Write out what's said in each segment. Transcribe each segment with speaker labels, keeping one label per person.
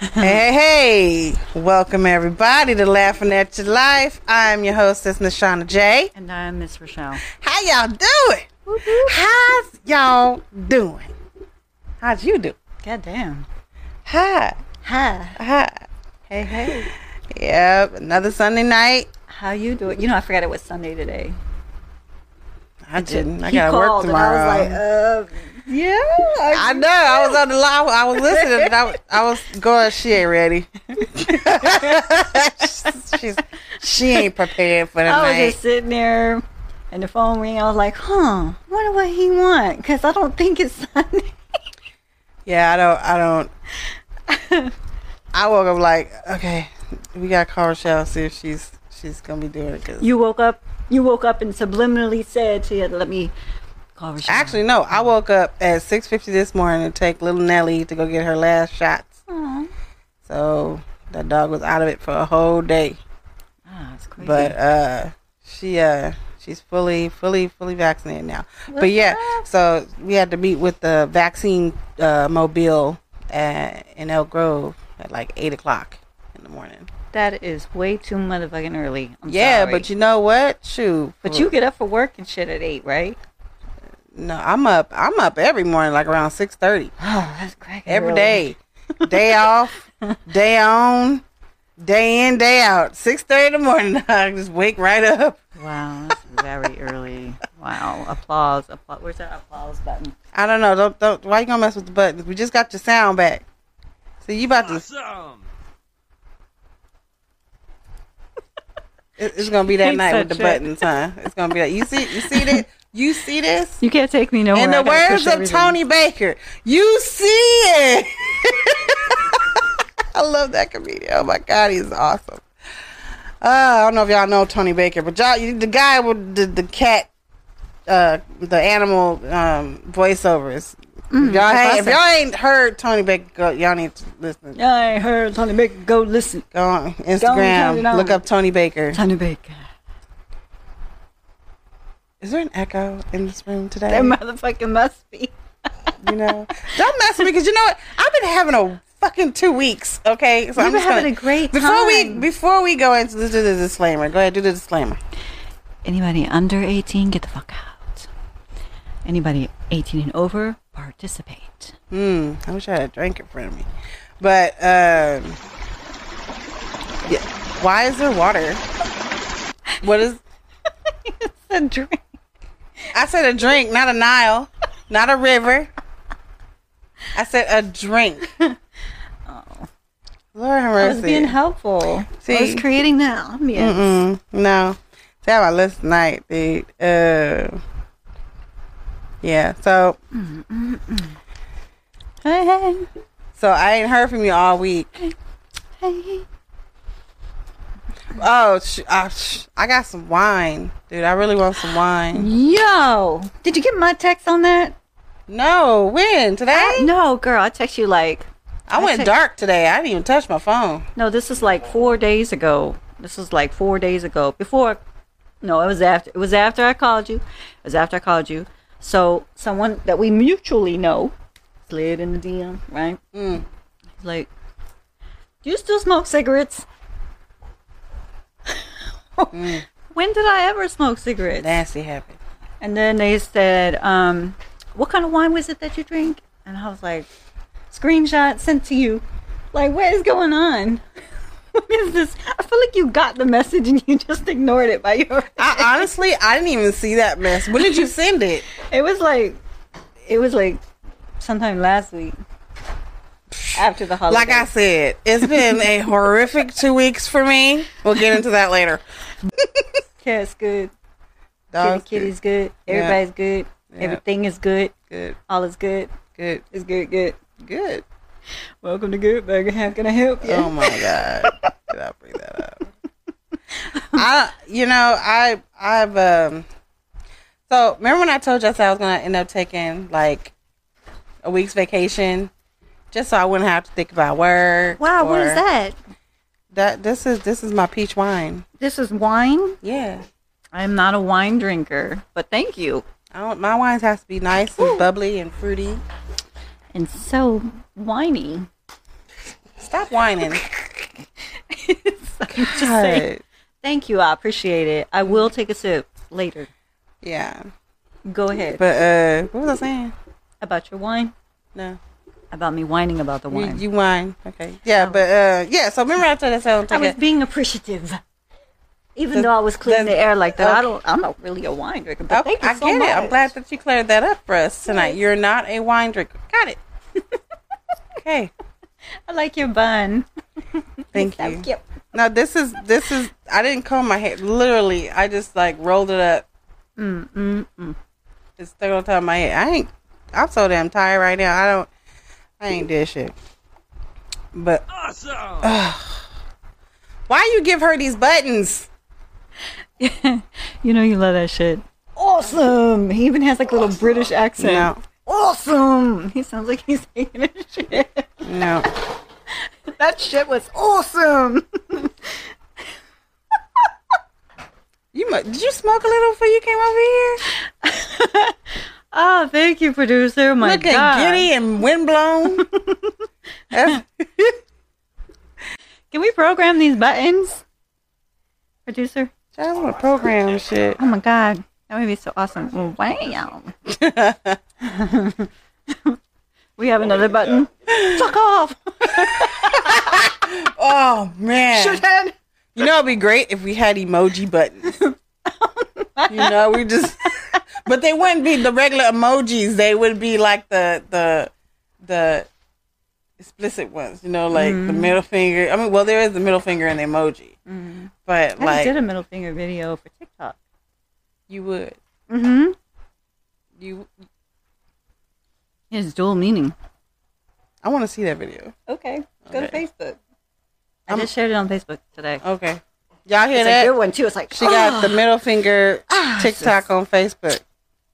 Speaker 1: hey, hey, welcome everybody to Laughing at Your Life. I'm your hostess, Nashana J.
Speaker 2: And I'm Miss Rochelle.
Speaker 1: How y'all doing? How's y'all doing? How's you do?
Speaker 2: God damn.
Speaker 1: Hi,
Speaker 2: Hi.
Speaker 1: hi.
Speaker 2: Hey, hey.
Speaker 1: Yep, another Sunday night.
Speaker 2: How you doing? You know, I forgot it was Sunday today.
Speaker 1: I didn't. I
Speaker 2: He
Speaker 1: got to work
Speaker 2: called and
Speaker 1: tomorrow.
Speaker 2: I was like, uh, yeah.
Speaker 1: I know. I was on the live. I was listening. And I, was- I was going. She ain't ready. She's, she ain't prepared for the
Speaker 2: I was
Speaker 1: night.
Speaker 2: just sitting there and the phone rang. I was like, huh, wonder what he want? Because I don't think it's Sunday.
Speaker 1: Yeah, I don't. I don't. I woke up like, okay, we got to call Rochelle see if she's she's gonna be doing it. Cause
Speaker 2: You woke up You woke up and subliminally said to you, let me call Rochelle.
Speaker 1: actually, no, I woke up at six fifty this morning to take little Nelly to go get her last shots.
Speaker 2: Aw.
Speaker 1: So that dog was out of it for a whole day.
Speaker 2: Ah, it's crazy.
Speaker 1: but uh she uh she's fully fully fully vaccinated now but yeah so we had to meet with the vaccine uh mobile at, in elk grove at like eight o'clock in the morning
Speaker 2: that is way too motherfucking early. I'm
Speaker 1: yeah
Speaker 2: sorry.
Speaker 1: but you know what shoot
Speaker 2: But you get up for work and shit at 8, right?
Speaker 1: no i'm up i'm up every morning like around six thirty
Speaker 2: Oh, that's cracking.
Speaker 1: every
Speaker 2: really.
Speaker 1: day day off day on day in day out Six thirty in the morning i just wake right up
Speaker 2: Wow, that's very early. Wow. Applause. Applause. Where's that applause button?
Speaker 1: I don't know. Don't, don't. Why you gonna mess with the buttons? We just got your sound back. So you about to. It, it's gonna be that
Speaker 2: He's
Speaker 1: night
Speaker 2: so
Speaker 1: with the
Speaker 2: chill.
Speaker 1: buttons, huh? It's gonna be that. You see? You see this? You see this?
Speaker 2: You can't take me nowhere.
Speaker 1: In the words of Tony Baker, you see it. I love that comedian. Oh my god, he's awesome. Uh, I don't know if y'all know Tony Baker, but y'all, you- the guy with the, the cat, uh, the animal um, voiceovers.
Speaker 2: Mm,
Speaker 1: If y'all, ain't, if
Speaker 2: awesome.
Speaker 1: y'all ain't heard Tony Baker, go, y'all need to listen.
Speaker 2: I heard Tony Baker. Go listen.
Speaker 1: Go on
Speaker 2: turn it
Speaker 1: Instagram,
Speaker 2: on.
Speaker 1: look up Tony Baker.
Speaker 2: Tony Baker.
Speaker 1: Is there an echo in this room today?
Speaker 2: That motherfucking must be.
Speaker 1: you know. Don't mess with me because you know what? I've been having a fucking two weeks. Okay, so
Speaker 2: You've
Speaker 1: I'm
Speaker 2: been
Speaker 1: just gonna-
Speaker 2: having a great
Speaker 1: before we
Speaker 2: time.
Speaker 1: before we go into this, do the disclaimer. Go ahead, do the disclaimer.
Speaker 2: Anybody under 18, get the fuck out. Anybody 18 and over, participate.
Speaker 1: Hmm. I wish I had a drink in front of me, but um, yeah. Why is there water? What is?
Speaker 2: It's a drink.
Speaker 1: I said a drink, not a Nile, not a river. I said a drink. oh. Lord have mercy.
Speaker 2: I was being helpful. I
Speaker 1: See?
Speaker 2: was creating that ambience.
Speaker 1: Mm, no. That my last night, dude. Uh, yeah. So,
Speaker 2: Hey,
Speaker 1: so I ain't heard from you all week.
Speaker 2: hey, hey.
Speaker 1: Oh, sh- I, sh- I got some wine, dude. I really want some wine.
Speaker 2: Yo, did you get my text on that?
Speaker 1: No, when today?
Speaker 2: I-
Speaker 1: I,
Speaker 2: Uh, no, girl, I text you like
Speaker 1: went
Speaker 2: text-
Speaker 1: dark today. I didn't even touch my phone.
Speaker 2: no. This is like four days ago. This is like four days ago. Before, no, it was after. It was after I called you. It was after I called you. So someone that we mutually know slid in the DM, right?
Speaker 1: Mm.
Speaker 2: He's like, "Do you still smoke cigarettes?" When did I ever smoke cigarettes?
Speaker 1: Nasty habit.
Speaker 2: And then they said, um, "What kind of wine was it that you drink?" And I was like, "Screenshot sent to you." Like, what is going on? what is this? I feel like you got the message and you just ignored it by your.
Speaker 1: I honestly, I didn't even see that mess. When did you send it?
Speaker 2: It was like, it was like, sometime last week, after the holiday.
Speaker 1: Like I said, it's been a horrific two weeks for me. We'll get into that later.
Speaker 2: cat's good, kitty,
Speaker 1: Dogs,
Speaker 2: kitty's good,
Speaker 1: Yeah.
Speaker 2: everybody's good,
Speaker 1: Yeah.
Speaker 2: everything is good,
Speaker 1: good,
Speaker 2: all is good,
Speaker 1: good,
Speaker 2: it's good, good.
Speaker 1: good.
Speaker 2: Welcome to Good Burger. How can I help you?
Speaker 1: Oh my god! Did I bring that up? I, you know, I, I've, um, so remember when I told you I said I was gonna end up taking like a week's vacation, just so I wouldn't have to think about work.
Speaker 2: wow, what
Speaker 1: or-
Speaker 2: is that?
Speaker 1: That this is this is my peach wine.
Speaker 2: This is wine.
Speaker 1: Yeah,
Speaker 2: I'm not a wine drinker, but thank you.
Speaker 1: I don't, my wines has to be nice and bubbly and fruity.
Speaker 2: And so whiny.
Speaker 1: Stop whining.
Speaker 2: I'm just saying.
Speaker 1: God.
Speaker 2: Thank you. I appreciate it. I will take a sip later.
Speaker 1: Yeah.
Speaker 2: Go ahead.
Speaker 1: But uh, what was I saying?
Speaker 2: about your wine.
Speaker 1: No.
Speaker 2: About me whining about the
Speaker 1: You,
Speaker 2: wine. Oh.
Speaker 1: you whine. Okay. Yeah, but uh, yeah. So remember I told us I don't
Speaker 2: I
Speaker 1: take
Speaker 2: was
Speaker 1: it.
Speaker 2: being appreciative. Even
Speaker 1: The-
Speaker 2: though I was cleaning
Speaker 1: the-
Speaker 2: the air like that, I
Speaker 1: okay.
Speaker 2: don't. I'm not really a wine drinker, but
Speaker 1: Okay,
Speaker 2: thank you
Speaker 1: oh, I
Speaker 2: so
Speaker 1: get
Speaker 2: much.
Speaker 1: it. I'm glad that you cleared that up for us tonight. You're not a wine drinker. Got it. okay.
Speaker 2: I like your bun.
Speaker 1: Thank
Speaker 2: That's
Speaker 1: you.
Speaker 2: cute.
Speaker 1: No, this is this is. I didn't comb my hair. Literally, I just like rolled it up.
Speaker 2: Mm, mm, mm.
Speaker 1: It's stuck on top of my head. I ain't. I'm so damn tired right now. I don't. I ain't did shit. But why you give her these buttons?
Speaker 2: you know you love that shit. Awesome. He even has like a little British accent.
Speaker 1: No,
Speaker 2: Awesome. He sounds like he's saying his shit.
Speaker 1: no.
Speaker 2: that shit was awesome.
Speaker 1: You mu- did you smoke a little before you came over here?
Speaker 2: oh, thank you, producer. My
Speaker 1: Looking
Speaker 2: God.
Speaker 1: giddy and windblown. That's-
Speaker 2: Can we program these buttons, producer?
Speaker 1: I want to program shit.
Speaker 2: Oh my God, that would be so awesome! Wow. we have another button. Fuck off,
Speaker 1: Oh man.
Speaker 2: shithead.
Speaker 1: You know, it'd be great if we had emoji buttons. you know, we just, but they wouldn't be the regular emojis. They would be like the the the explicit ones. You know, like
Speaker 2: Mm-hmm.
Speaker 1: the middle finger. I mean, well, there is the middle finger in the emoji, but
Speaker 2: Mm-hmm. I did
Speaker 1: like
Speaker 2: a middle finger video for TikTok.
Speaker 1: you would
Speaker 2: Mm-hmm.
Speaker 1: you.
Speaker 2: It is dual meaning.
Speaker 1: I want to see that video.
Speaker 2: Okay,
Speaker 1: go to
Speaker 2: Facebook. I
Speaker 1: Um,
Speaker 2: just shared it on Facebook today.
Speaker 1: Okay, y'all hear
Speaker 2: It's
Speaker 1: that?
Speaker 2: a good one too. It's like
Speaker 1: she got the middle finger TikTok on Facebook.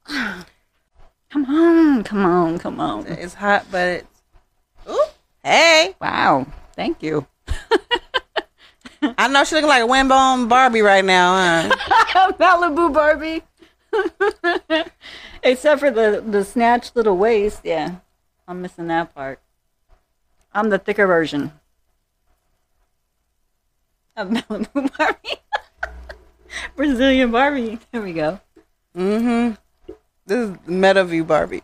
Speaker 2: Come on, come on, come on.
Speaker 1: It's hot, but it's. Ooh, hey.
Speaker 2: Wow, thank you.
Speaker 1: I know she looking like a windbone Barbie right now, huh?
Speaker 2: Malibu Barbie. Except for the the snatched little waist, yeah. I'm missing that part. I'm the thicker version of Malibu Barbie. Brazilian Barbie. There we go.
Speaker 1: Mm-hmm. This is meta view Barbie.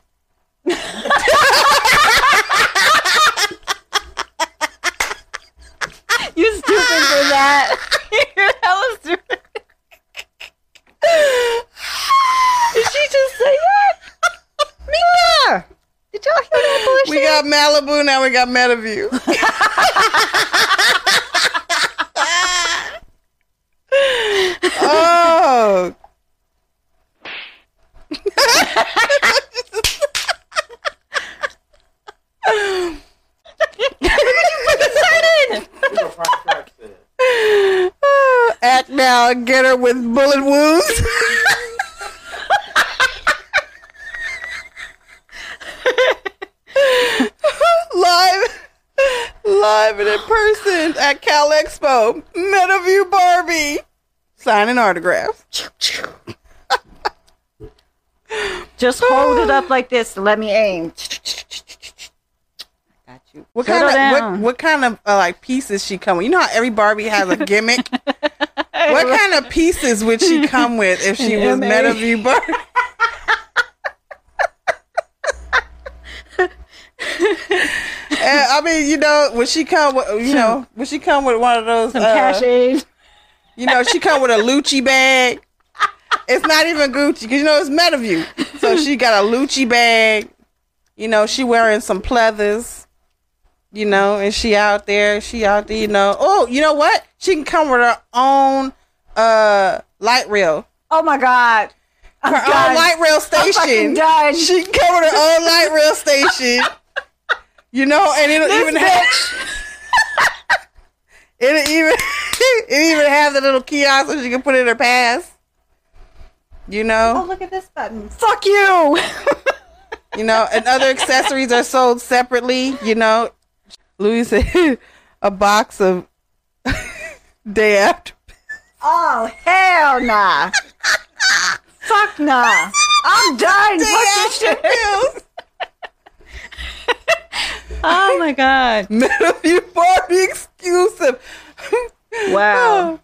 Speaker 2: You stupid for that. that was stupid. Did she just say that? Mika! Did y'all hear that bullshit?
Speaker 1: We got Malibu now. We got meta view. oh. Act now and get her with bullet wounds. live, live and in person at Cal Expo. Metaview Barbie signing autographs.
Speaker 2: Just hold it up like this to let me aim. I got you.
Speaker 1: What
Speaker 2: Settle
Speaker 1: kind of what,
Speaker 2: down.
Speaker 1: what kind of uh, like pieces she come with? You know how every Barbie has a gimmick. what kind of pieces would she come with if she was
Speaker 2: Yeah,
Speaker 1: Metaview Barbie? And, I mean, you know, when she come with, you know, when she come with one of those
Speaker 2: Some
Speaker 1: uh,
Speaker 2: cash aid.
Speaker 1: You know, she come with a Lucci bag. It's not even Gucci because you know it's Metaview. So she got a Lucci bag. You know, she wearing some pleathers. You know, and she out there. She out there. You know. Oh, you know what? She can come with her own uh light rail.
Speaker 2: Oh my god.
Speaker 1: Her own light rail
Speaker 2: fucking
Speaker 1: station.
Speaker 2: done.
Speaker 1: She can come with her own light rail station. You know, and it'll
Speaker 2: This
Speaker 1: even have. It'll even it even have the little kiosk that you can put in her pass. You know,
Speaker 2: Oh, look at this button. Fuck you.
Speaker 1: you know, and other accessories are sold separately. You know, Louis said a box of day after.
Speaker 2: oh hell nah. Fuck nah. I'm done. Fuck this shit.
Speaker 1: pills.
Speaker 2: Oh my god.
Speaker 1: you bought the exclusive.
Speaker 2: Wow.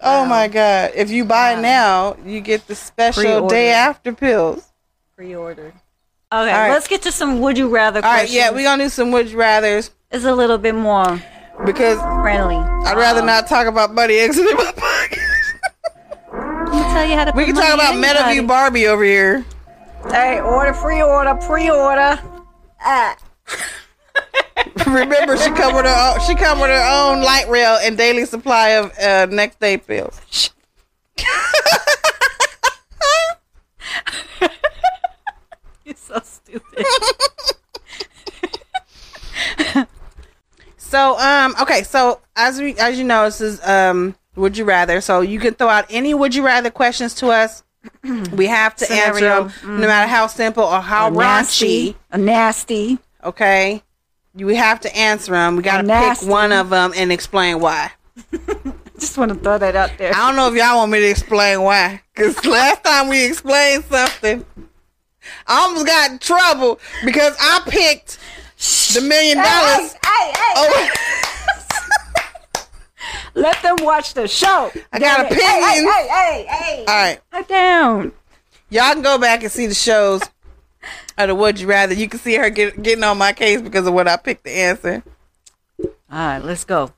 Speaker 1: Oh my god! If you buy now, you get the special
Speaker 2: Pre-order.
Speaker 1: day after pills.
Speaker 2: Pre-ordered. Okay,
Speaker 1: right.
Speaker 2: let's get to some would you rather
Speaker 1: All right,
Speaker 2: questions.
Speaker 1: yeah, we gonna do some would you rather's
Speaker 2: it's a little bit more
Speaker 1: because
Speaker 2: friendly.
Speaker 1: I'd rather not talk about Buddy exiting my pocket.
Speaker 2: Let me tell you how to
Speaker 1: We
Speaker 2: put
Speaker 1: can talk about
Speaker 2: money in
Speaker 1: MetaView
Speaker 2: anybody.
Speaker 1: Barbie over here.
Speaker 2: Hey, order pre-order, pre-order. Ah.
Speaker 1: Remember, she come with her own, she come with her own light rail and daily supply of uh, next day pills.
Speaker 2: You're so stupid.
Speaker 1: So, um, okay, so as we as you know, this is um, would you rather? So you can throw out any would you rather questions to us. We have to
Speaker 2: Scenario. Mm.
Speaker 1: answer them, no matter how simple or how raunchy.
Speaker 2: nasty. A nasty.
Speaker 1: Okay, you, we have to answer them. We got to pick
Speaker 2: Nasty.
Speaker 1: one of them and explain why.
Speaker 2: Just want to throw that out there.
Speaker 1: I don't know if y'all want me to explain why. Because last time we explained something, I almost got in trouble because I picked the million dollars.
Speaker 2: Hey, hey,
Speaker 1: over-
Speaker 2: let them watch the show.
Speaker 1: I got
Speaker 2: Hey, hey,
Speaker 1: opinions.
Speaker 2: hey, hey, hey.
Speaker 1: All right.
Speaker 2: Pipe down.
Speaker 1: Y'all can go back and see the shows of the Would You Rather. You can see her get, getting on my case because of what I picked to answer.
Speaker 2: All right, let's go.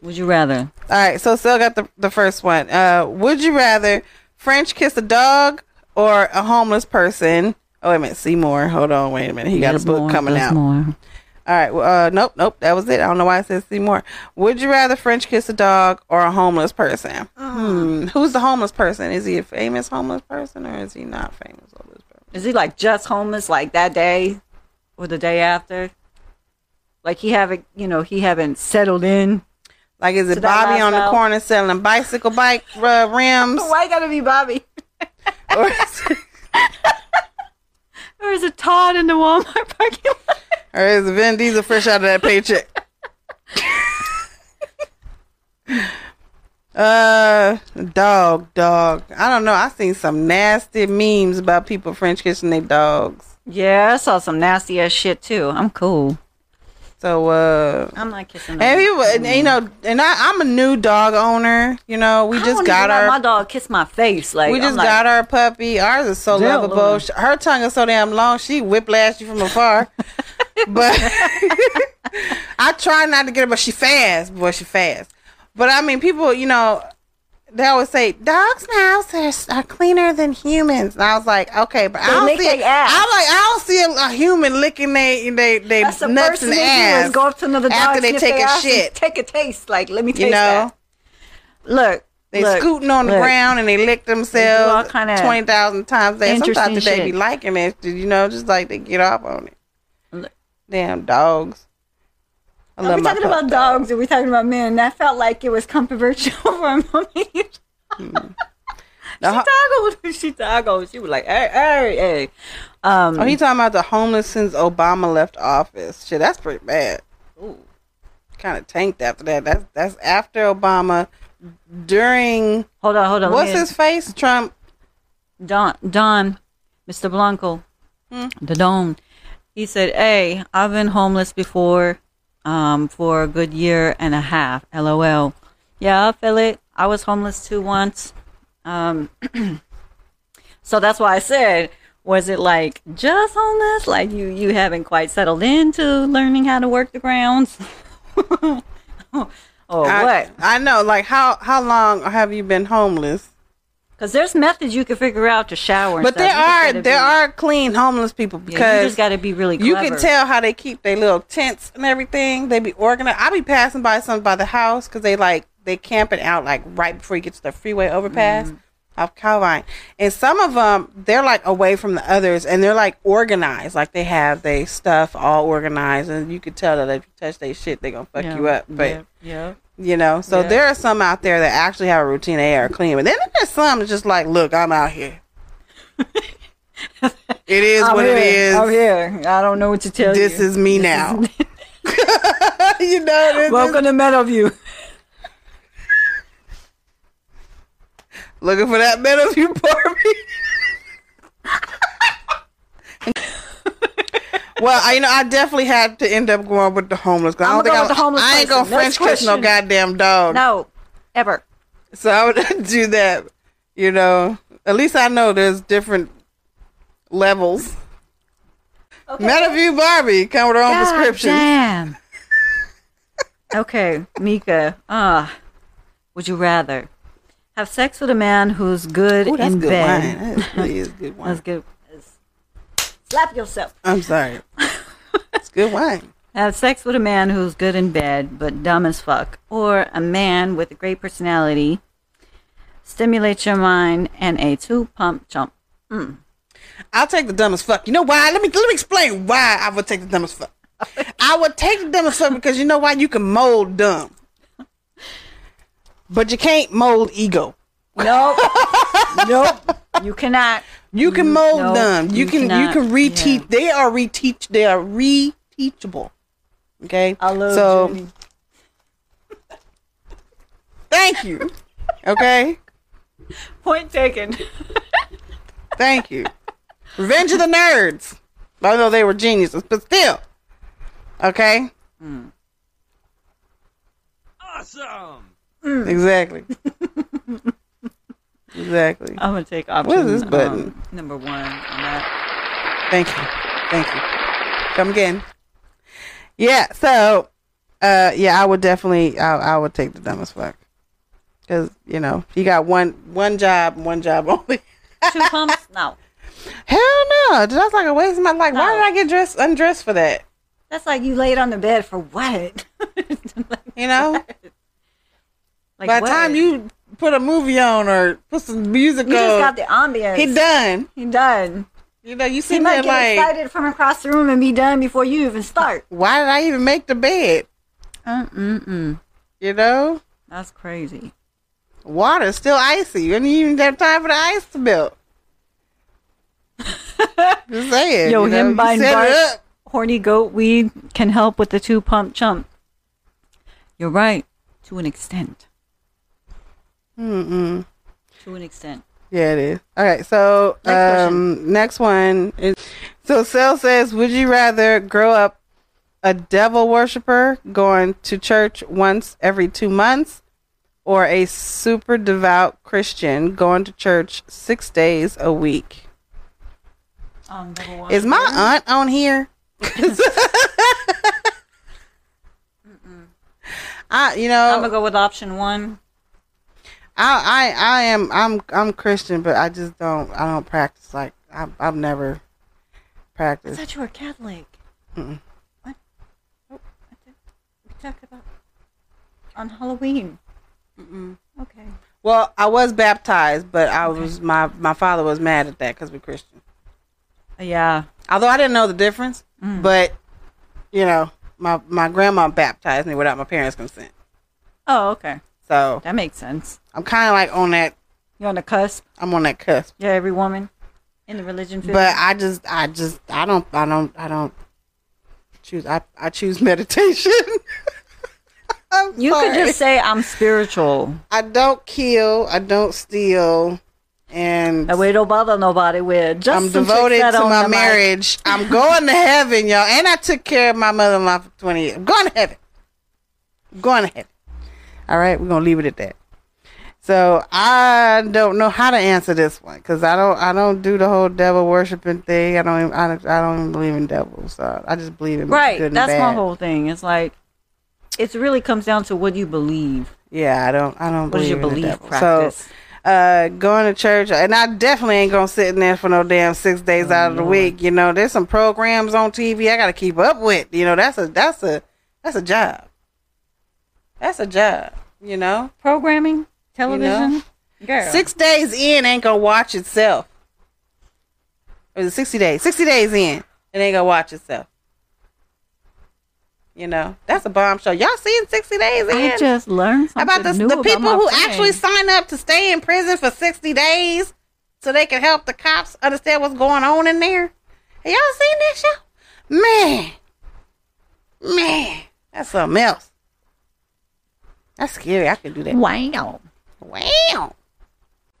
Speaker 2: Would you rather?
Speaker 1: All right. So, still got the, the first one. Uh, would you rather French kiss a dog or a homeless person? Oh, wait a minute. Seymour. Hold on. Wait a minute. He got a book coming out.
Speaker 2: More.
Speaker 1: All right. Well, uh, nope, nope. That was it. I don't know why it says see more. Would you rather French kiss a dog or a homeless person? Hmm. Who's the homeless person? Is he a famous homeless person or is he not famous homeless person?
Speaker 2: Is he like just homeless like that day or the day after? Like he haven't, you know, he haven't settled in.
Speaker 1: Like, is it
Speaker 2: To that
Speaker 1: Bobby
Speaker 2: last
Speaker 1: on the
Speaker 2: mile.
Speaker 1: corner selling bicycle bike uh, rims?
Speaker 2: Why gotta be Bobby?
Speaker 1: Or is,
Speaker 2: Or is it Todd in the Walmart parking lot?
Speaker 1: or is Vin Diesel fresh out of that paycheck? uh, dog, dog. I don't know. I seen some nasty memes about people French kissing their dogs.
Speaker 2: Yeah, I saw some nasty ass shit too. I'm cool.
Speaker 1: So, uh,
Speaker 2: I'm not kissing. no-
Speaker 1: and people, and, you know, and I, I'm a new dog owner. You know, we
Speaker 2: I
Speaker 1: just
Speaker 2: don't
Speaker 1: got
Speaker 2: even let my
Speaker 1: our,
Speaker 2: dog kiss my face. Like
Speaker 1: we just
Speaker 2: I'm like,
Speaker 1: got our puppy. Ours is so
Speaker 2: Dear
Speaker 1: lovable.
Speaker 2: Lord.
Speaker 1: She- Her tongue is so damn long. She whiplash you from afar. but I try not to get her, but she fast, boy. She fast. But I mean, people, you know, they always say dogs' mouths are, s- are cleaner than humans, and I was like, okay, but I
Speaker 2: They
Speaker 1: don't
Speaker 2: lick
Speaker 1: see. I'm
Speaker 2: they
Speaker 1: like,
Speaker 2: ass.
Speaker 1: I don't see a, a human licking they they they
Speaker 2: That's the
Speaker 1: nuts
Speaker 2: first
Speaker 1: and
Speaker 2: thing they do
Speaker 1: ass
Speaker 2: is go up to another dog
Speaker 1: after they
Speaker 2: sniff
Speaker 1: take
Speaker 2: their
Speaker 1: a
Speaker 2: ass and
Speaker 1: shit.
Speaker 2: Take a taste. Like let me taste
Speaker 1: You know,
Speaker 2: that. Look,
Speaker 1: they
Speaker 2: look,
Speaker 1: scooting on the
Speaker 2: look.
Speaker 1: ground and they lick
Speaker 2: all
Speaker 1: themselves
Speaker 2: kinda
Speaker 1: twenty thousand times. They
Speaker 2: interesting
Speaker 1: sometimes they be
Speaker 2: shit.
Speaker 1: liking it, you know, just like they get off on it.
Speaker 2: Look.
Speaker 1: Damn dogs! I
Speaker 2: Are we
Speaker 1: love my
Speaker 2: talking about
Speaker 1: pup dog.
Speaker 2: dogs? Are we talking about men? That felt like it was controversial for a moment.
Speaker 1: The ho-
Speaker 2: Chicago, Chicago. She was like, hey, hey, hey. Um,
Speaker 1: oh, he talking about the homeless since Obama left office. Shit, that's pretty bad. Kind of tanked after that. That's that's after Obama, during
Speaker 2: hold on, hold on.
Speaker 1: what's his face Trump.
Speaker 2: Don, Don, Mr. Blanco,
Speaker 1: Hmm?
Speaker 2: the Don. He said, "Hey, I've been homeless before, um, for a good year and a half. LOL. Yeah, I feel it. I was homeless too once. Um, so that's why I said." Was it like just homeless? Like you, you haven't quite settled into learning how to work the grounds, or
Speaker 1: I-
Speaker 2: what?
Speaker 1: I know. Like how how long have you been homeless?
Speaker 2: Because there's methods you can figure out to shower. and
Speaker 1: But
Speaker 2: stuff.
Speaker 1: there
Speaker 2: You just
Speaker 1: are
Speaker 2: gotta
Speaker 1: there
Speaker 2: be-
Speaker 1: are clean homeless people
Speaker 2: Yeah, you
Speaker 1: because
Speaker 2: just got to be really clever.
Speaker 1: you can tell how they keep their little tents and everything. They be organized. I be passing by some by the house because they like they camping out like right before you get to the freeway overpass
Speaker 2: Mm-hmm.
Speaker 1: off Calvine. And some of them they're like away from the others and they're like organized. Like they have their stuff all organized and you could tell that if you touch their shit they gonna fuck
Speaker 2: Yeah,
Speaker 1: you up. But
Speaker 2: yeah, yeah.
Speaker 1: you know, so
Speaker 2: Yeah.
Speaker 1: there are some out there that actually have a routine. They are clean, but then there's some that's just like, look, I'm out here. it is what it is.
Speaker 2: I'm here. I don't know what to tell
Speaker 1: This
Speaker 2: you.
Speaker 1: is me now. you know, this is-
Speaker 2: Welcome to Meadowview.
Speaker 1: looking for that metal you pour me. Well, I, you know, I definitely had to end up going with the homeless. 'cause I
Speaker 2: I'ma
Speaker 1: don't think
Speaker 2: go
Speaker 1: I,
Speaker 2: with the homeless
Speaker 1: I ain't
Speaker 2: person.
Speaker 1: gonna French
Speaker 2: Next
Speaker 1: kiss no
Speaker 2: question.
Speaker 1: goddamn dog.
Speaker 2: No, ever.
Speaker 1: So I would do that. You know, at least I know there's different levels.
Speaker 2: Okay.
Speaker 1: Metaview Barbie come with her own
Speaker 2: God
Speaker 1: prescription.
Speaker 2: Damn. okay, Mika. Ah, would you rather have sex with a man who's good
Speaker 1: Ooh, that's
Speaker 2: in
Speaker 1: good
Speaker 2: bed?
Speaker 1: wine. That really is good wine.
Speaker 2: That's good. Slap yourself.
Speaker 1: I'm sorry. it's good wine.
Speaker 2: Have sex with a man who's good in bed but dumb as fuck, or a man with a great personality, stimulate your mind, and a two-pump chump.
Speaker 1: I'll take the dumbest fuck. You know why? Let me let me explain why I would take the dumbest fuck. I would take the dumbest fuck because you know why? You can mold dumb, but you can't mold ego.
Speaker 2: Nope. nope. You cannot.
Speaker 1: You can mold
Speaker 2: no,
Speaker 1: them. You,
Speaker 2: Mm, you
Speaker 1: can
Speaker 2: cannot.
Speaker 1: you can reteach.
Speaker 2: Yeah.
Speaker 1: They are reteach. They are reteachable. Okay.
Speaker 2: I love
Speaker 1: so.
Speaker 2: Judy.
Speaker 1: Thank you. Okay.
Speaker 2: Point taken.
Speaker 1: Thank you. Revenge of the Nerds. Although they were geniuses, but still. Okay.
Speaker 3: Awesome!
Speaker 1: Exactly. exactly.
Speaker 2: I'm gonna take option.
Speaker 1: is this button?
Speaker 2: um, number one. On that.
Speaker 1: Thank you. Thank you. Come again. Yeah, so uh yeah, I would definitely I, I would take the dumbest fuck. Cuz you know, you got one one job, one job only.
Speaker 2: Two pumps? No.
Speaker 1: Hell no. That's like a waste of my like why
Speaker 2: No.
Speaker 1: did I get dressed undressed for that?
Speaker 2: That's like you laid on the bed for what? like,
Speaker 1: You know?
Speaker 2: like
Speaker 1: By the
Speaker 2: what?
Speaker 1: time you put a movie on or put some music
Speaker 2: you just
Speaker 1: on,
Speaker 2: got the ambience.
Speaker 1: he done.
Speaker 2: He done.
Speaker 1: You know, you
Speaker 2: He
Speaker 1: sitting
Speaker 2: might
Speaker 1: there
Speaker 2: get
Speaker 1: like
Speaker 2: excited from across the room and be done before you even start.
Speaker 1: why did I even make the bed?
Speaker 2: Mm-mm-mm.
Speaker 1: You know?
Speaker 2: That's crazy.
Speaker 1: Water's still icy. You didn't even have time for the ice to melt. Just saying.
Speaker 2: Yo,
Speaker 1: you know,
Speaker 2: him
Speaker 1: you
Speaker 2: buying
Speaker 1: set it
Speaker 2: bark,
Speaker 1: up.
Speaker 2: horny goat weed can help with the two pump chump. You're right, to an extent.
Speaker 1: Mm-mm.
Speaker 2: To an extent.
Speaker 1: Yeah, it is. All right, so
Speaker 2: Next question.
Speaker 1: um, next one is so Sel says, Would you rather grow up a devil worshiper going to church once every two months or a super devout Christian going to church six days a week?
Speaker 2: Um, number one.
Speaker 1: Is my aunt on here? I, you
Speaker 2: I'm gonna
Speaker 1: know,
Speaker 2: go with option one.
Speaker 1: I, I, I am, I'm, I'm Christian, but I just don't, I don't practice. Like, I, I've never
Speaker 2: I
Speaker 1: practiced.
Speaker 2: thought you were Catholic.
Speaker 1: Mm-mm.
Speaker 2: What? Oh, I think we talked about on Halloween.
Speaker 1: Mm-mm.
Speaker 2: Okay.
Speaker 1: Well, I was baptized, but I was my my father was mad at that because we're Christian.
Speaker 2: Uh, Yeah.
Speaker 1: Although I didn't know the difference, but you know, my my grandma baptized me without my parents' consent,
Speaker 2: Oh, okay.
Speaker 1: so
Speaker 2: That makes sense.
Speaker 1: I'm kind of like on that.
Speaker 2: You're on the cusp.
Speaker 1: I'm on that cusp.
Speaker 2: Yeah, every woman in the religion field.
Speaker 1: but I just, I just, I don't, I don't, I don't choose. I, I choose meditation. I'm
Speaker 2: you could
Speaker 1: sorry.
Speaker 2: just say I'm spiritual.
Speaker 1: I don't kill. I don't steal, and
Speaker 2: That way don't bother nobody with just
Speaker 1: I'm
Speaker 2: some chicks
Speaker 1: devoted
Speaker 2: that
Speaker 1: to
Speaker 2: on
Speaker 1: my
Speaker 2: the mic.
Speaker 1: marriage. I'm going to heaven, y'all. And I took care of my mother-in-law for 20 years. I'm going to heaven. I'm going to heaven. All right, we're gonna leave it at that. So I don't know how to answer this one because I don't I don't do the whole devil worshiping thing. I don't even, I, don't, I don't even believe in devils. So I just believe in
Speaker 2: Right.
Speaker 1: Good and
Speaker 2: That's my
Speaker 1: bad.
Speaker 2: whole thing. It's like it really comes down to what you believe.
Speaker 1: Yeah, I don't I don't
Speaker 2: What
Speaker 1: believe
Speaker 2: is your
Speaker 1: in the
Speaker 2: belief
Speaker 1: devil.
Speaker 2: practice?
Speaker 1: So uh going to church and I definitely ain't gonna sit in there for no damn six days
Speaker 2: Oh,
Speaker 1: out of the week. You know, there's some programs on TV I gotta keep up with. You know, that's a that's a that's a job. That's a job, you know.
Speaker 2: Programming? Television? Girl.
Speaker 1: Six days in ain't gonna watch itself. Or is it sixty days? Sixty days in, it ain't gonna watch itself. You know, that's a bomb show. Y'all seen sixty days in?
Speaker 2: I just learned
Speaker 1: How
Speaker 2: something
Speaker 1: about this,
Speaker 2: new
Speaker 1: the people
Speaker 2: my
Speaker 1: who
Speaker 2: friend.
Speaker 1: actually sign up to stay in prison for 60 days so they can help the cops understand what's going on in there? Have y'all seen that show? Man. Man. That's something else. That's scary. I could do that.
Speaker 2: Wow.
Speaker 1: Wow.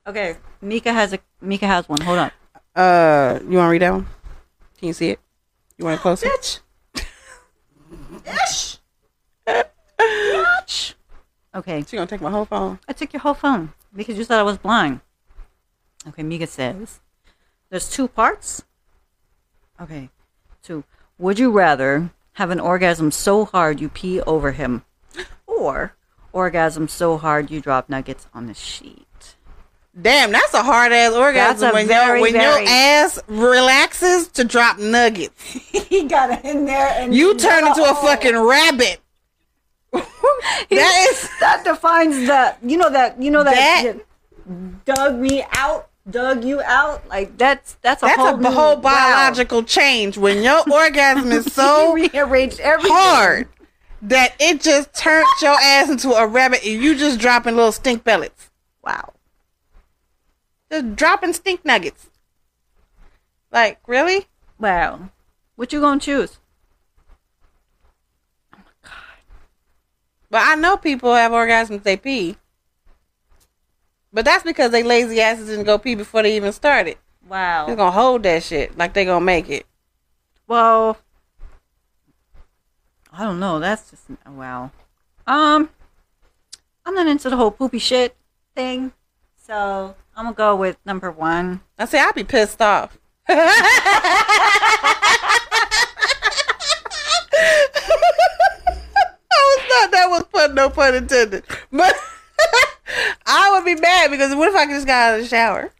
Speaker 2: Okay, Mika has a Mika has one. Hold on.
Speaker 1: Uh, you want to read that one? Can you see it? You You want it closer?
Speaker 2: Bitch. Bitch. Bitch. Okay,
Speaker 1: She gonna take my whole phone.
Speaker 2: I took your whole phone because you thought I was blind. Okay, Mika says, there's two parts. Okay, two. Would you rather have an orgasm so hard you pee over him or orgasm so hard you drop nuggets on the sheet?
Speaker 1: Damn, that's a hard ass orgasm
Speaker 2: That's a
Speaker 1: when,
Speaker 2: very,
Speaker 1: your, when
Speaker 2: very-
Speaker 1: your ass relaxes to drop nuggets.
Speaker 2: He got it in there and
Speaker 1: You turn into a fucking rabbit. that is
Speaker 2: that defines the you know that you know
Speaker 1: That-
Speaker 2: that, dug me out dug you out like that's that's a
Speaker 1: that's
Speaker 2: whole,
Speaker 1: a
Speaker 2: new-
Speaker 1: whole
Speaker 2: wow.
Speaker 1: biological change when your orgasm is so
Speaker 2: he rearranged everything
Speaker 1: hard that it just turns your ass into a rabbit and you just dropping little stink pellets.
Speaker 2: wow
Speaker 1: Just dropping stink nuggets. Like, really?
Speaker 2: wow what you gonna choose
Speaker 1: But I know people have orgasms they pee. But that's because they lazy asses didn't go pee before they even started. They're
Speaker 2: wow
Speaker 1: gonna hold that shit like they gonna make it.
Speaker 2: well i don't know that's just wow um i'm not into the whole poopy shit thing so i'm gonna go with number one
Speaker 1: I say I'd be pissed off. I was not that was pun no pun intended. But I would be mad because what if I just got out of the shower?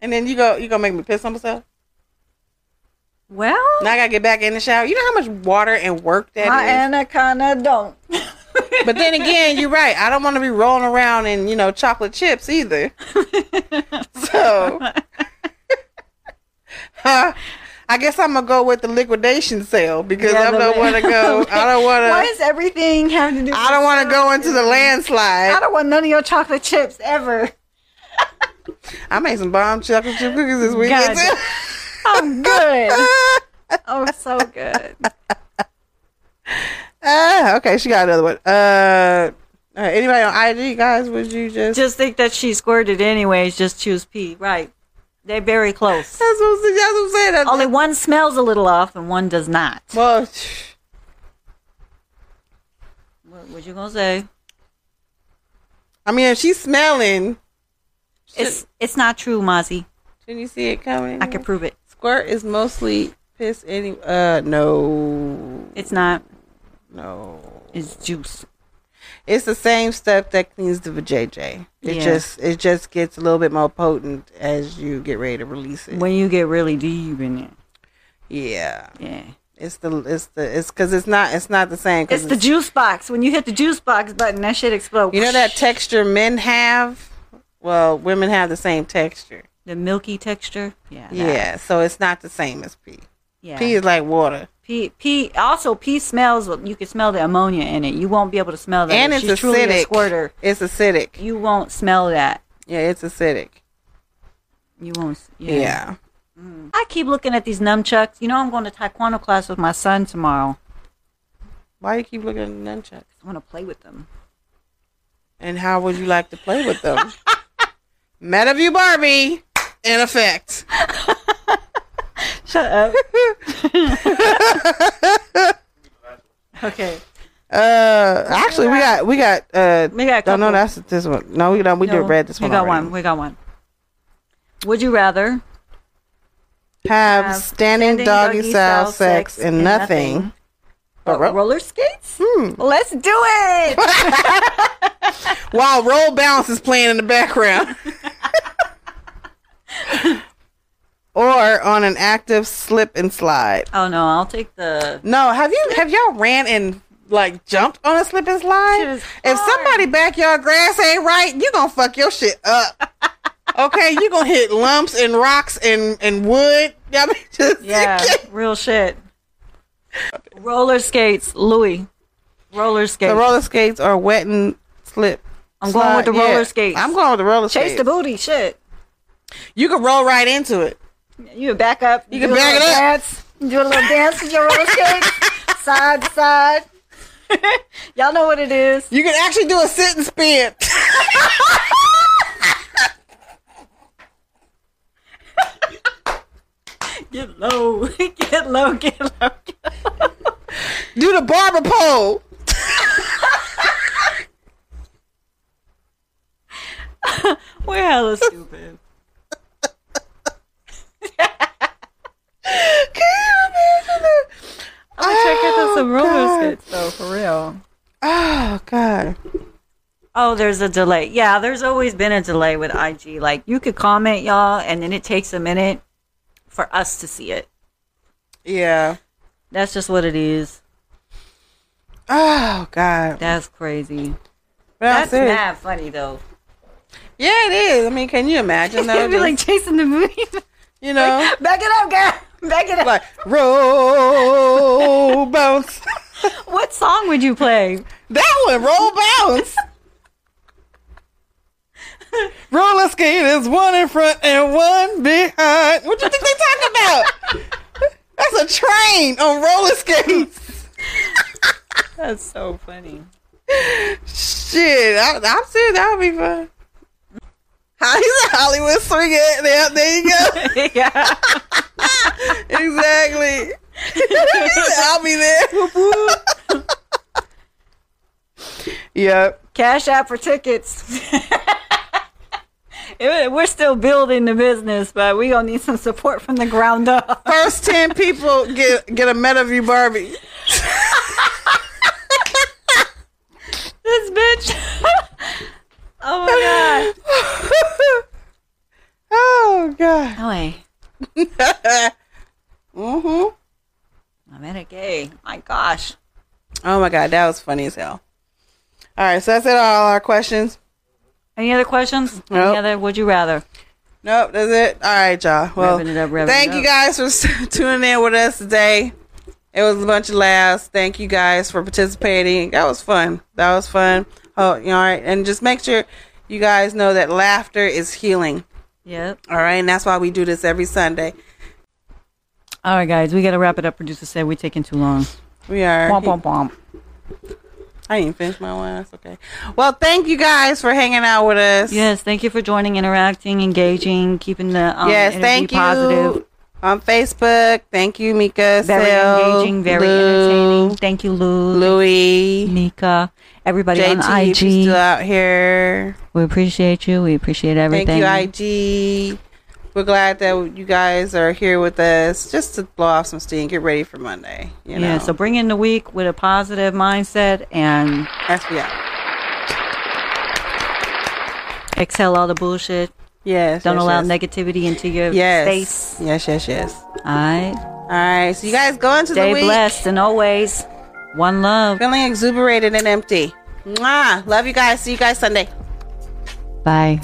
Speaker 1: And then you go you gonna make me piss on myself?
Speaker 2: well
Speaker 1: Now I gotta get back in the shower. You know how much water and work that is.
Speaker 2: my anaconda don't
Speaker 1: But then again, you're right. I don't want to be rolling around in, you know, chocolate chips either. so, Huh? I guess I'm gonna go with the liquidation sale because
Speaker 2: Yeah,
Speaker 1: I
Speaker 2: the
Speaker 1: don't
Speaker 2: li-
Speaker 1: want to go. I don't
Speaker 2: Why
Speaker 1: want to.
Speaker 2: does everything have to do?
Speaker 1: I don't want to go into the
Speaker 2: I
Speaker 1: landslide.
Speaker 2: don't want none of your chocolate chips ever.
Speaker 1: I made some bomb chocolate chip cookies this weekend.
Speaker 2: God. I'm good. I'm so good.
Speaker 1: Ah, okay, she got another one. Uh, all right, anybody on IG, guys? Would you just?
Speaker 2: Just think that she squirted anyways. Just choose P. Right. They're very close.
Speaker 1: that's, what, I'm- that's what I'm saying. That's-
Speaker 2: Only one smells a little off and one does not.
Speaker 1: well,
Speaker 2: What what you gonna say?
Speaker 1: I mean, if she's smelling,
Speaker 2: It's it's not true, Mozzie.
Speaker 1: Can you see it coming?
Speaker 2: I can prove it.
Speaker 1: Squirt is mostly piss any uh no.
Speaker 2: It's not.
Speaker 1: no.
Speaker 2: It's juice.
Speaker 1: It's the same stuff that cleans the vajayjay. It
Speaker 2: Yeah.
Speaker 1: just it just gets a little bit more potent as you get ready to release it.
Speaker 2: When you get really deep in it.
Speaker 1: yeah.
Speaker 2: Yeah.
Speaker 1: It's the it's the it's cuz it's not it's not the same 'cause
Speaker 2: It's the juice box. When you hit the juice box button, that shit explodes.
Speaker 1: You know that texture men have? Well, women have the same texture.
Speaker 2: the milky texture. Yeah. that.
Speaker 1: Yeah, so it's not the same as pee.
Speaker 2: Yeah.
Speaker 1: Pee is like water.
Speaker 2: Pee, pee. Also, pee smells. You can smell the ammonia in it. You won't be able to smell that.
Speaker 1: and
Speaker 2: If
Speaker 1: it's
Speaker 2: she's truly a
Speaker 1: acidic.
Speaker 2: squirter.
Speaker 1: It's acidic.
Speaker 2: You won't smell that.
Speaker 1: Yeah, it's acidic.
Speaker 2: You won't. s-
Speaker 1: Yeah.
Speaker 2: I keep looking at these nunchucks. You know, I'm going to taekwondo class with my son tomorrow.
Speaker 1: Why you keep looking at nunchucks?
Speaker 2: I want to play with them.
Speaker 1: And how would you like to play with them? Metaview Barbie, in effect.
Speaker 2: Shut up. okay.
Speaker 1: Uh, actually, we got we got uh.
Speaker 2: We got a
Speaker 1: No, no,
Speaker 2: couple.
Speaker 1: that's this one. No, we don't. We
Speaker 2: No,
Speaker 1: did read this one.
Speaker 2: We got
Speaker 1: already.
Speaker 2: one. We got one. Would you rather
Speaker 1: Have,
Speaker 2: have
Speaker 1: standing, doggy style sex and nothing, but
Speaker 2: Ro-
Speaker 1: ro-
Speaker 2: roller skates?
Speaker 1: Hmm.
Speaker 2: Let's do it.
Speaker 1: while roll bounce is playing in the background, or on an active slip and slide.
Speaker 2: oh no, I'll take the
Speaker 1: No, have you have y'all ran and like jumped on a slip and slide?
Speaker 2: Shit is
Speaker 1: if
Speaker 2: hard.
Speaker 1: somebody backyard grass ain't right, you gonna fuck your shit up. okay, you gonna hit lumps and rocks and and wood. I mean, just
Speaker 2: Yeah, real shit. Roller skates, Louis. Roller skates.
Speaker 1: the roller skates are wet and slip.
Speaker 2: I'm going with the
Speaker 1: slide.
Speaker 2: roller
Speaker 1: Yeah,
Speaker 2: skates.
Speaker 1: I'm going with the roller
Speaker 2: Chase
Speaker 1: skates.
Speaker 2: the booty, shit.
Speaker 1: you can roll right into it.
Speaker 2: You can back up. You
Speaker 1: can back it up.
Speaker 2: Dance, do a little dance with your roller skates, side to side. Y'all know what it is.
Speaker 1: You can actually do a sit and spin.
Speaker 2: Get low. Get low. Get low. Get low.
Speaker 1: Do the barber pole.
Speaker 2: We're hella stupid.
Speaker 1: Can you imagine that?
Speaker 2: I'm gonna check out
Speaker 1: Oh,
Speaker 2: some roller
Speaker 1: God.
Speaker 2: skates though, for real.
Speaker 1: Oh God.
Speaker 2: Oh, there's a delay. Yeah, there's always been a delay with IG. Like you could comment, y'all, and then it takes a minute for us to see it.
Speaker 1: Yeah.
Speaker 2: That's just what it is.
Speaker 1: Oh God.
Speaker 2: That's crazy.
Speaker 1: But I'm
Speaker 2: That's
Speaker 1: serious.
Speaker 2: mad funny though.
Speaker 1: Yeah, it is. I mean, can you imagine though?
Speaker 2: It'd be
Speaker 1: Just,
Speaker 2: like chasing the movie.
Speaker 1: you know,
Speaker 2: Back it up, girl. Back it up.
Speaker 1: like roll bounce.
Speaker 2: What song would you play?
Speaker 1: That one, roll bounce. Roller skaters, one in front and one behind. What do you think they talking about? That's a train on roller skates.
Speaker 2: That's so funny.
Speaker 1: Shit, I, I'm serious. That would be fun. How he's a Hollywood swing it. There, there you go.
Speaker 2: yeah.
Speaker 1: exactly. He said, I'll be there. Whoop, whoop. yep.
Speaker 2: Cash app for tickets. It- We're still building the business, but we gonna need some support from the ground up.
Speaker 1: First ten people get get a MetaView Barbie.
Speaker 2: This bitch. oh my god.
Speaker 1: oh god.
Speaker 2: No way.
Speaker 1: mhm.
Speaker 2: I'm in a gay. My gosh.
Speaker 1: Oh my god, that was funny as hell. All right, so that's it. All our questions.
Speaker 2: Any other questions? Any
Speaker 1: Nope.
Speaker 2: other? Would you rather?
Speaker 1: Nope, that's it. All right, y'all. Well,
Speaker 2: Wrapping it up, wrapping
Speaker 1: thank
Speaker 2: it
Speaker 1: you
Speaker 2: up.
Speaker 1: guys for s- tuning in with us today. It was a bunch of laughs. Thank you guys for participating. That was fun. That was fun. Oh, you know, all right. And just make sure you guys know that laughter is healing.
Speaker 2: Yep.
Speaker 1: All right, and that's why we do this every Sunday.
Speaker 2: All right, guys. We gotta wrap it up. Producer said we're taking too long.
Speaker 1: We are.
Speaker 2: Womp womp womp.
Speaker 1: I didn't finish my one. That's okay. Well, thank you guys for hanging out with us.
Speaker 2: Yes, thank you for joining, interacting, engaging, keeping the um,
Speaker 1: yes,
Speaker 2: energy
Speaker 1: thank you.
Speaker 2: positive,
Speaker 1: On Facebook, thank you, Mika.
Speaker 2: very
Speaker 1: Sil,
Speaker 2: engaging, very
Speaker 1: Lou,
Speaker 2: entertaining. Thank you, Lou,
Speaker 1: Louie,
Speaker 2: Nika, everybody
Speaker 1: JT, if you're still
Speaker 2: on IG.
Speaker 1: out here.
Speaker 2: We appreciate you. We appreciate everything.
Speaker 1: uh, Thank you, IG. We're glad that you guys are here with us just to blow off some steam, get ready for Monday. You know,
Speaker 2: yeah, so bring in the week with a positive mindset and
Speaker 1: that's we out.
Speaker 2: exhale all the bullshit.
Speaker 1: Yes.
Speaker 2: Don't
Speaker 1: yes,
Speaker 2: allow
Speaker 1: yes.
Speaker 2: negativity into your
Speaker 1: Yes.
Speaker 2: space.
Speaker 1: Yes, yes, yes.
Speaker 2: All right.
Speaker 1: All right. So you guys go into
Speaker 2: Stay
Speaker 1: the week
Speaker 2: blessed and always one love.
Speaker 1: feeling exuberated and empty. Mwah. Love you guys. See you guys Sunday.
Speaker 2: Bye.